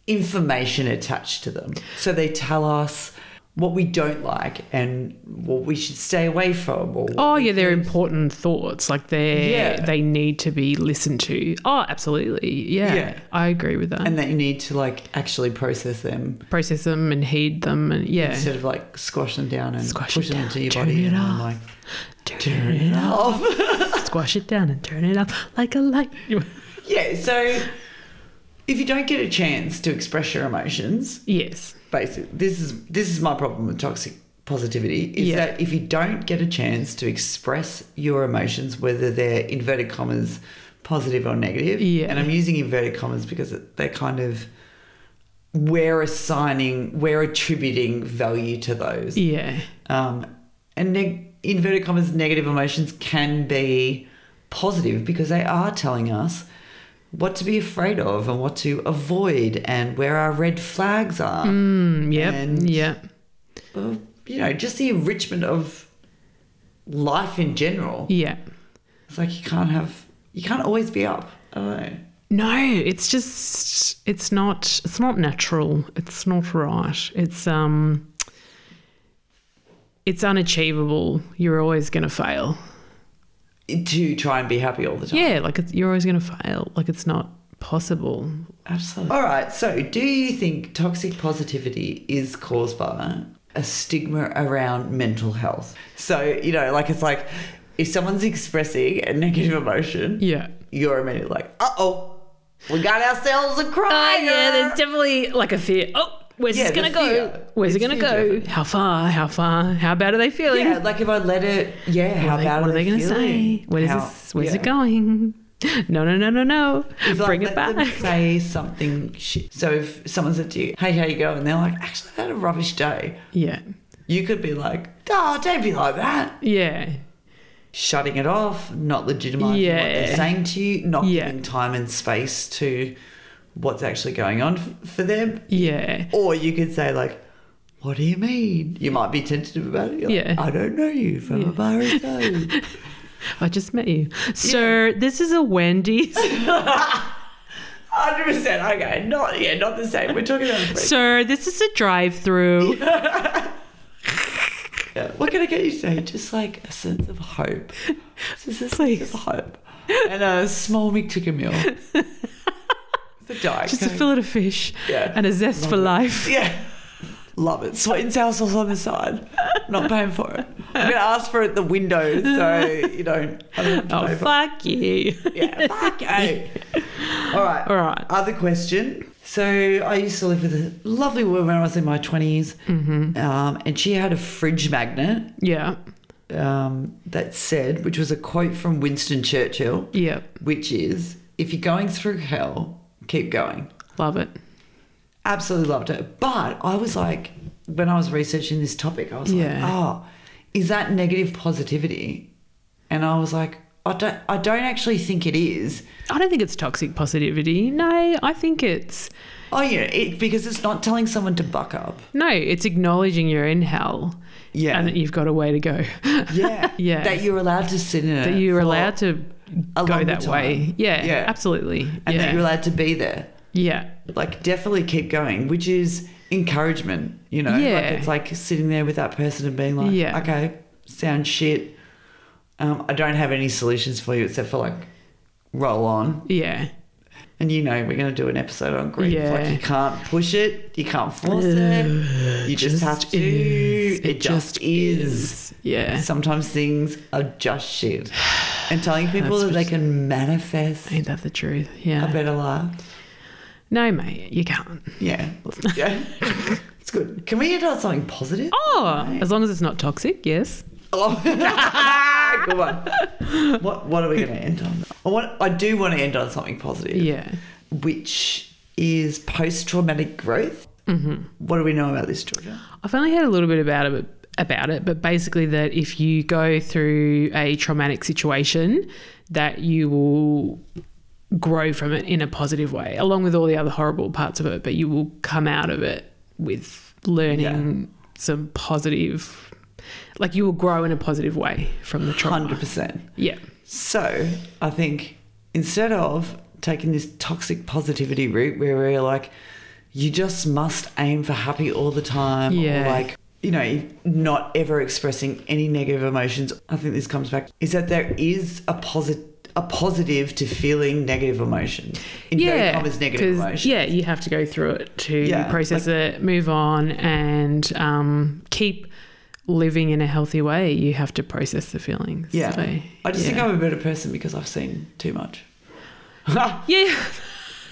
Speaker 4: information attached to them? So they tell us what we don't like and what we should stay away from. Or
Speaker 1: Oh yeah, they're important thoughts. Like they
Speaker 4: Yeah.
Speaker 1: they need to be listened to. Oh, absolutely. Yeah,
Speaker 4: Yeah.
Speaker 1: I agree with that.
Speaker 4: And that you need to like actually process them
Speaker 1: Process them and heed them, and yeah,
Speaker 4: instead of like squash them down and
Speaker 1: Squash
Speaker 4: uh, push
Speaker 1: it
Speaker 4: them
Speaker 1: down,
Speaker 4: into your
Speaker 1: turn
Speaker 4: body
Speaker 1: it
Speaker 4: and then,
Speaker 1: off.
Speaker 4: like
Speaker 1: Turn
Speaker 4: turn
Speaker 1: it
Speaker 4: it off. [laughs]
Speaker 1: squash it down and turn it up like a light.
Speaker 4: Yeah, so if you don't get a chance to express your emotions,
Speaker 1: yes,
Speaker 4: basically this is this is my problem with toxic positivity is
Speaker 1: Yeah.
Speaker 4: that if you don't get a chance to express your emotions, whether they're inverted commas positive or negative,
Speaker 1: Yeah.
Speaker 4: and I'm using inverted commas because it- they're kind of we're assigning, we're attributing value to those.
Speaker 1: yeah,
Speaker 4: Um, and neg- inverted commas negative emotions can be positive because they are telling us what to be afraid of and what to avoid and where our red flags are.
Speaker 1: mm, yep,
Speaker 4: And-
Speaker 1: yep,
Speaker 4: Uh, you know, just the enrichment of life in general.
Speaker 1: yeah.
Speaker 4: It's like you can't have, you can't always be up. I don't know.
Speaker 1: No, it's just it's not it's not natural. It's not right. It's um, it's unachievable. You're always gonna fail.
Speaker 4: To try and be happy all the time.
Speaker 1: Yeah, like it's, you're always going to fail. Like it's not possible.
Speaker 4: Absolutely. All right. So, do you think toxic positivity is caused by a stigma around mental health? So, you know, like it's like if someone's expressing a negative emotion,
Speaker 1: Yeah.
Speaker 4: you're immediately like, uh oh, we got ourselves
Speaker 1: Oh,
Speaker 4: a crier.
Speaker 1: definitely like a fear. Oh, where's
Speaker 4: Yeah, the fear.
Speaker 1: Where's it
Speaker 4: It's
Speaker 1: going to go?
Speaker 4: fear-driven.
Speaker 1: How far? How far? How bad are they feeling?
Speaker 4: yeah, like if I let it, yeah, how
Speaker 1: Like,
Speaker 4: bad
Speaker 1: what are they
Speaker 4: going
Speaker 1: going
Speaker 4: to
Speaker 1: to say? What is this? Where's it going? [laughs] No, no, no, no, no.
Speaker 4: If, like,
Speaker 1: Bring it
Speaker 4: let them
Speaker 1: back.
Speaker 4: say something shit. So if someone said to you, "Hey, how you going?" and they're like, "Actually, I had a rubbish day,"
Speaker 1: Yeah.
Speaker 4: you could be like, "Oh, don't be like that."
Speaker 1: Yeah.
Speaker 4: shutting it off, not legitimizing what
Speaker 1: Yeah.
Speaker 4: they're saying to you, not
Speaker 1: Yeah.
Speaker 4: giving time and space to what's actually going on f- for them.
Speaker 1: Yeah.
Speaker 4: Or you could say like, "What do you mean?" You might be tentative about it. You're like,
Speaker 1: Yeah.
Speaker 4: I don't know you from a bar of
Speaker 1: [laughs]
Speaker 4: soap."
Speaker 1: I just met you. So this is a
Speaker 4: [laughs]
Speaker 1: Wendy's.
Speaker 4: Hundred percent. Okay, not yeah, not the same. We're talking about. friends.
Speaker 1: Sir, this is a drive-through.
Speaker 4: Yeah. What can I get you today? Just like a sense of
Speaker 1: [laughs]
Speaker 4: hope. Just a sense
Speaker 1: Please.
Speaker 4: of hope. And a small
Speaker 1: [laughs]
Speaker 4: McChicken meal. the diet.
Speaker 1: Just a
Speaker 4: Coke.
Speaker 1: fillet of fish
Speaker 4: Yeah.
Speaker 1: and a zest for
Speaker 4: [laughs]
Speaker 1: life.
Speaker 4: Yeah. Love it. Sweet and sour sauce on the side. Not paying for it. I'm gonna ask for it at the window, so you don't. I don't have to
Speaker 1: Oh
Speaker 4: pay for
Speaker 1: fuck you. [laughs]
Speaker 4: it. Yeah. Fuck you. All right.
Speaker 1: All right.
Speaker 4: Other question. So I used to live with a lovely woman when I was in my 20s
Speaker 1: Mm-hmm.
Speaker 4: um, and she had a fridge magnet
Speaker 1: Yeah.
Speaker 4: um, that said, which was a quote from Winston Churchill,
Speaker 1: Yeah.
Speaker 4: which is, "If you're going through hell, keep going."
Speaker 1: Love it.
Speaker 4: absolutely loved it. But I was like, when I was researching this topic, I was
Speaker 1: Yeah.
Speaker 4: like, oh, is that negative positivity? And I was like, I don't, I don't actually think it is.
Speaker 1: I don't think it's toxic positivity. No, I think it's
Speaker 4: Oh, yeah, it, because it's not telling someone to buck up.
Speaker 1: no, it's acknowledging you're in hell.
Speaker 4: Yeah.
Speaker 1: And that you've got a way to go.
Speaker 4: Yeah,
Speaker 1: [laughs] Yeah.
Speaker 4: That you're allowed to sit in it.
Speaker 1: That you're
Speaker 4: for-
Speaker 1: allowed to
Speaker 4: a
Speaker 1: go
Speaker 4: longer
Speaker 1: that
Speaker 4: time.
Speaker 1: way. Yeah.
Speaker 4: Yeah.
Speaker 1: Absolutely.
Speaker 4: and
Speaker 1: yeah.
Speaker 4: that you're allowed to be there.
Speaker 1: yeah.
Speaker 4: Like, definitely keep going, which is encouragement. You know,
Speaker 1: Yeah.
Speaker 4: like it's like oh, sitting there with that person and being like,
Speaker 1: Yeah.
Speaker 4: okay, sound shit. Um, I don't have any solutions for you except for like, roll on.
Speaker 1: Yeah.
Speaker 4: And you know, we're going to do an episode on grief.
Speaker 1: Yeah.
Speaker 4: Like, you can't push it, you can't force it, you just, have to.
Speaker 1: is.
Speaker 4: It, just is.
Speaker 1: Yeah.
Speaker 4: Sometimes things are just [sighs] shit. And telling people that they can manifest
Speaker 1: Ain't that the truth?
Speaker 4: a
Speaker 1: Yeah.
Speaker 4: better life.
Speaker 1: No, mate, you can't.
Speaker 4: Yeah. yeah. [laughs] it's good. Can we end on something positive?
Speaker 1: Oh, as long as it's not toxic, yes.
Speaker 4: Oh, good one. [laughs] What What are we going to end on? I want. I do want to end on something positive,
Speaker 1: Yeah.
Speaker 4: which is post traumatic growth. Mm-hmm. What do we know about this, Georgia?
Speaker 1: I've only heard a little bit about it, about it, but basically that if you go through a traumatic situation, that you will grow from it in a positive way, along with all the other horrible parts of it. But you will come out of it with learning some positive, like you will grow in a positive way from the trauma.
Speaker 4: Hundred percent.
Speaker 1: Yeah,
Speaker 4: So I think instead of taking this toxic positivity route where we're like, you just must aim for happy all the time,
Speaker 1: Yeah.
Speaker 4: or like, you know, not ever expressing any negative emotions, I think this comes back is that there is a positive. A positive to feeling negative emotions. In very
Speaker 1: yeah.
Speaker 4: common negative
Speaker 1: 'cause,
Speaker 4: emotions.
Speaker 1: Yeah, you have to go through it to
Speaker 4: Yeah,
Speaker 1: process it, move on, and um, keep living in a healthy way. You have to process the feelings.
Speaker 4: Yeah.
Speaker 1: So,
Speaker 4: I just
Speaker 1: yeah.
Speaker 4: think I'm a better person because I've seen too much.
Speaker 1: Yeah.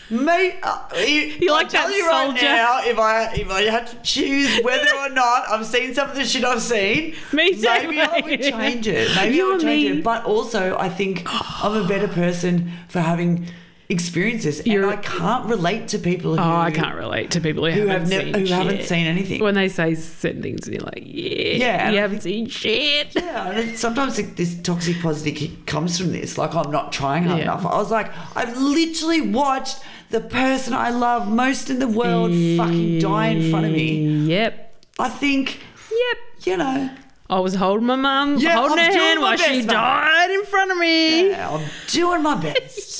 Speaker 4: Mate, uh, you,
Speaker 1: You
Speaker 4: I'll
Speaker 1: like that
Speaker 4: tell you right
Speaker 1: soldier?
Speaker 4: now, if I if I had to choose whether
Speaker 1: [laughs]
Speaker 4: or not I've seen some of the shit I've seen,
Speaker 1: Me too,
Speaker 4: Maybe I would
Speaker 1: mate.
Speaker 4: change it. Maybe
Speaker 1: You
Speaker 4: I would
Speaker 1: and
Speaker 4: change
Speaker 1: me.
Speaker 4: it. But also, I think I'm a better person for having experienced this, and
Speaker 1: You're-
Speaker 4: I can't relate to people who,
Speaker 1: Oh, I can't relate to people who,
Speaker 4: who
Speaker 1: haven't
Speaker 4: have never
Speaker 1: seen
Speaker 4: who
Speaker 1: shit.
Speaker 4: haven't seen anything.
Speaker 1: When they say certain things, and you're like, yeah,
Speaker 4: Yeah, and
Speaker 1: you
Speaker 4: I
Speaker 1: haven't seen shit.
Speaker 4: [laughs] Yeah, and it- sometimes it- this toxic positivity comes from this. Like, I'm not trying hard
Speaker 1: Yeah.
Speaker 4: enough. I was like, I've literally watched the person I love most in the world [laughs] fucking die in front of me.
Speaker 1: Yep.
Speaker 4: I think,
Speaker 1: Yep.
Speaker 4: you know,
Speaker 1: I was holding my mum,
Speaker 4: Yeah,
Speaker 1: holding
Speaker 4: I'm
Speaker 1: her
Speaker 4: doing
Speaker 1: hand
Speaker 4: my
Speaker 1: while she
Speaker 4: best, mate.
Speaker 1: died in front of me.
Speaker 4: yeah, I'm doing my best.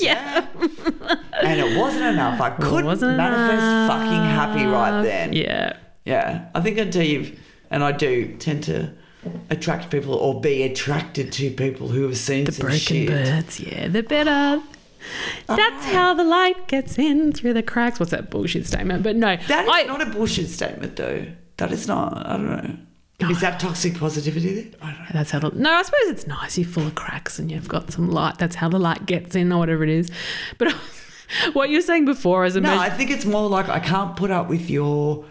Speaker 1: [laughs] Yeah.
Speaker 4: [laughs] And it wasn't enough. I couldn't
Speaker 1: wasn't
Speaker 4: manifest
Speaker 1: enough.
Speaker 4: fucking happy right then.
Speaker 1: Yeah.
Speaker 4: Yeah, I think until you've, and I do tend to attract people or be attracted to people who have seen some
Speaker 1: Broken
Speaker 4: shit. Ah.
Speaker 1: birds. Yeah, they're better. That's how the light gets in through the cracks. What's that bullshit statement? But no,
Speaker 4: That is
Speaker 1: I,
Speaker 4: not a bullshit statement, though. That is not. I don't know. Is that toxic positivity? There? I don't know.
Speaker 1: That's how the no. I suppose it's nice. You're full of cracks and you've got some light. That's how the light gets in, or whatever it is. But [laughs] what you were saying before is a
Speaker 4: No,
Speaker 1: measure-
Speaker 4: I think it's more like I can't put up with your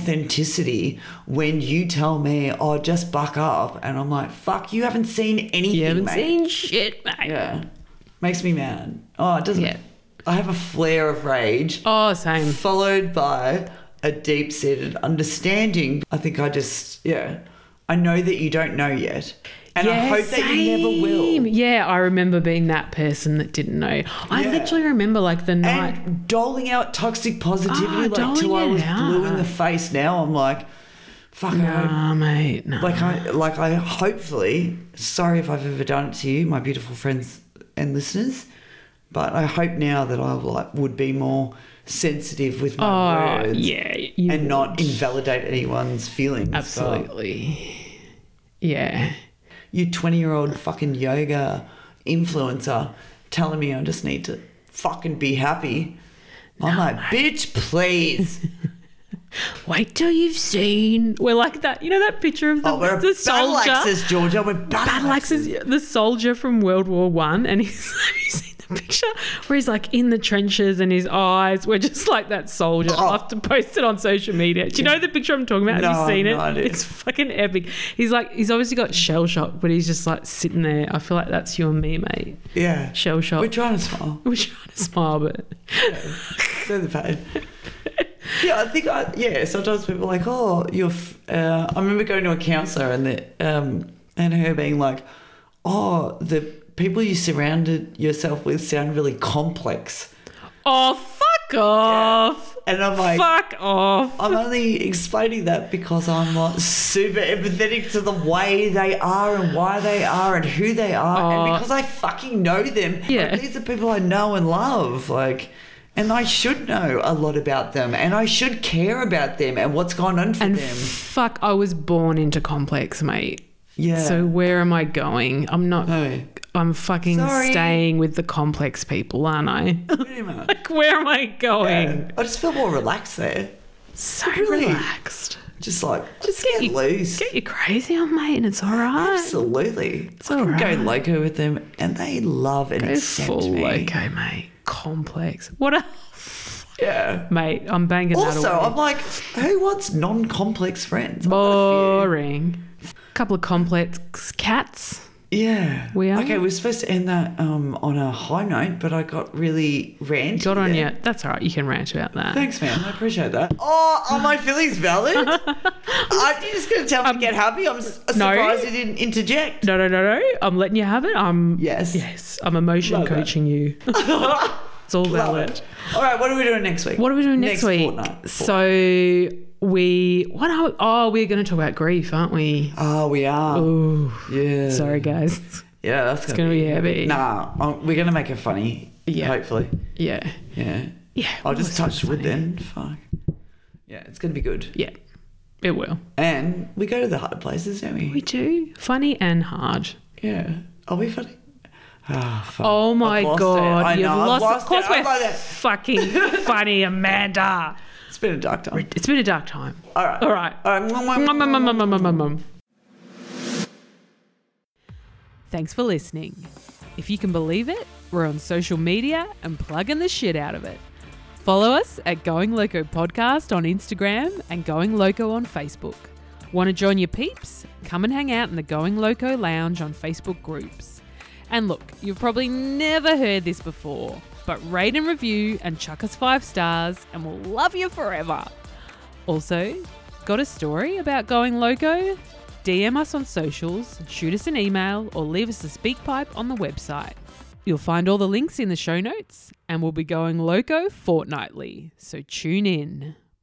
Speaker 4: inauthenticity when you tell me, "Oh, just buck up," and I'm like, "Fuck, you haven't seen anything,
Speaker 1: you haven't
Speaker 4: mate."
Speaker 1: seen shit, mate.
Speaker 4: yeah, makes me mad. Oh, it doesn't.
Speaker 1: Yeah.
Speaker 4: I have a flare of rage,
Speaker 1: Oh, same.
Speaker 4: followed by a deep-seated understanding. I think I just, yeah, I know that you don't know yet, and I
Speaker 1: Yeah,
Speaker 4: hope that you never will.
Speaker 1: same. Yeah, I remember being that person that didn't know. I
Speaker 4: Yeah.
Speaker 1: literally remember like the night.
Speaker 4: and doling out toxic
Speaker 1: Ah,
Speaker 4: positivity like till
Speaker 1: doling
Speaker 4: I
Speaker 1: it
Speaker 4: was blue in
Speaker 1: out.
Speaker 4: the face. Now I'm like, fuck. I hope-
Speaker 1: Nah, mate. Nah.
Speaker 4: like I like I hopefully. Sorry if I've ever done it to you, my beautiful friends and listeners. But I hope now that I like would be more sensitive with my
Speaker 1: oh,
Speaker 4: words
Speaker 1: yeah. You
Speaker 4: and not invalidate anyone's feelings. But
Speaker 1: absolutely. Yeah.
Speaker 4: you twenty-year-old fucking yoga influencer telling me I just need to fucking be happy. I'm like, bitch, please.
Speaker 1: Wait till you've seen. We're like that. You know that picture of the,
Speaker 4: Oh, we're
Speaker 1: the
Speaker 4: battle
Speaker 1: soldier.
Speaker 4: axes, Georgia. We're battle,
Speaker 1: Battle
Speaker 4: axes.
Speaker 1: Axe is the soldier from World War One, and he's [laughs] have you seen the picture where he's like in the trenches and his eyes were just like that soldier.
Speaker 4: Oh.
Speaker 1: I'll have to post it on social media. Do you know the picture I'm talking about?
Speaker 4: No,
Speaker 1: have you seen
Speaker 4: no
Speaker 1: it?
Speaker 4: idea.
Speaker 1: It's fucking epic. He's like he's obviously got shell shock, but he's just like sitting there. I feel like that's you and me, mate.
Speaker 4: Yeah.
Speaker 1: Shell shock.
Speaker 4: We're trying to smile.
Speaker 1: [laughs] We're trying to smile, but
Speaker 4: They're the pain.
Speaker 1: [laughs]
Speaker 4: Yeah, I think, I, yeah, sometimes people are like, oh, you're. F-, uh, I remember going to a counsellor and, the, um, and her being like, oh, the people you surrounded yourself with sound really complex.
Speaker 1: oh fuck off.
Speaker 4: And I'm like,
Speaker 1: fuck off.
Speaker 4: I'm only explaining that because I'm like super empathetic to the way they are and why they are and who they are, and
Speaker 1: Oh.
Speaker 4: because I fucking know them. Like,
Speaker 1: Yeah.
Speaker 4: these are people I know and love, like, and I should know a lot about them, and I should care about them and what's gone on for
Speaker 1: and
Speaker 4: them.
Speaker 1: fuck, I was born into complex, mate.
Speaker 4: Yeah.
Speaker 1: So where am I going? I'm not.
Speaker 4: No.
Speaker 1: I'm fucking
Speaker 4: Sorry.
Speaker 1: staying with the complex people, aren't I? [laughs]
Speaker 4: Pretty much.
Speaker 1: like, where am I going?
Speaker 4: Yeah. I just feel more relaxed there.
Speaker 1: So
Speaker 4: Really?
Speaker 1: relaxed.
Speaker 4: Just like, just get,
Speaker 1: you-
Speaker 4: loose.
Speaker 1: Get you crazy on, mate, and it's all right.
Speaker 4: Absolutely.
Speaker 1: It's
Speaker 4: I
Speaker 1: all
Speaker 4: can
Speaker 1: right.
Speaker 4: go loco with them and they love and
Speaker 1: Go
Speaker 4: accept
Speaker 1: full
Speaker 4: me.
Speaker 1: loco, mate. Complex. What a [laughs]
Speaker 4: Yeah.
Speaker 1: mate. I'm banging
Speaker 4: Also,
Speaker 1: that away.
Speaker 4: I'm like, who wants non complex friends? I've got a few.
Speaker 1: boring. Couple of complex cats.
Speaker 4: Yeah.
Speaker 1: We are.
Speaker 4: Okay, we are supposed to end that um, on a high note, but I got really ranty.
Speaker 1: Got on
Speaker 4: there.
Speaker 1: yet? That's all right. You can rant about that.
Speaker 4: Thanks, man. I
Speaker 1: [laughs]
Speaker 4: appreciate that. Oh, are my feelings valid? Are you just going to tell
Speaker 1: Um,
Speaker 4: me to get happy? I'm s- surprised you
Speaker 1: [laughs]
Speaker 4: didn't interject. [laughs]
Speaker 1: No, no, no, no. I'm letting you have it. I'm
Speaker 4: Yes.
Speaker 1: yes. I'm emotion
Speaker 4: Love it.
Speaker 1: coaching
Speaker 4: [laughs]
Speaker 1: you. it's all
Speaker 4: Love
Speaker 1: valid.
Speaker 4: it. All right, what are we doing next week?
Speaker 1: What are we doing next, week?
Speaker 4: Fortnight.
Speaker 1: So we what are we, oh we're going to talk about grief, aren't we?
Speaker 4: Oh, we are.
Speaker 1: Ooh,
Speaker 4: Yeah.
Speaker 1: sorry guys.
Speaker 4: Yeah, that's
Speaker 1: It's
Speaker 4: gonna
Speaker 1: going to be heavy.
Speaker 4: Nah, um, we're gonna make it funny.
Speaker 1: Yeah. Oh,
Speaker 4: Hopefully.
Speaker 1: Yeah.
Speaker 4: Yeah.
Speaker 1: Yeah.
Speaker 4: I'll just
Speaker 1: always
Speaker 4: touch wood
Speaker 1: funny.
Speaker 4: then. Fuck. Yeah, it's gonna be good.
Speaker 1: Yeah. It will.
Speaker 4: And we go to the hard places, don't we?
Speaker 1: We do. Funny and hard.
Speaker 4: Yeah. Are we funny? Ah, fuck.
Speaker 1: Oh
Speaker 4: I've
Speaker 1: my
Speaker 4: lost it.
Speaker 1: god,
Speaker 4: I
Speaker 1: you've
Speaker 4: know, I've
Speaker 1: lost,
Speaker 4: lost
Speaker 1: Of course
Speaker 4: it.
Speaker 1: we're
Speaker 4: I've lost it.
Speaker 1: fucking funny,
Speaker 4: [laughs]
Speaker 1: Amanda.
Speaker 4: It's been a dark time.
Speaker 1: It's been a dark time.
Speaker 4: All right.
Speaker 1: Oh. All right.
Speaker 4: All right. mwah, mwah,
Speaker 1: Mum, mum, mum, mum, mum, mum, mum.
Speaker 2: Thanks for listening. If you can believe it, we're on social media and plugging the shit out of it. Follow us at Going Loco Podcast on Instagram and Going Loco on Facebook. Want to join your peeps? Come and hang out in the Going Loco Lounge on Facebook groups. And look, you've probably never heard this before, but rate and review and chuck us five stars and we'll love you forever. Also, got a story about going loco? DM us on socials, shoot us an email, or leave us a speak pipe on the website. You'll find all the links in the show notes, and we'll be going loco fortnightly, so tune in.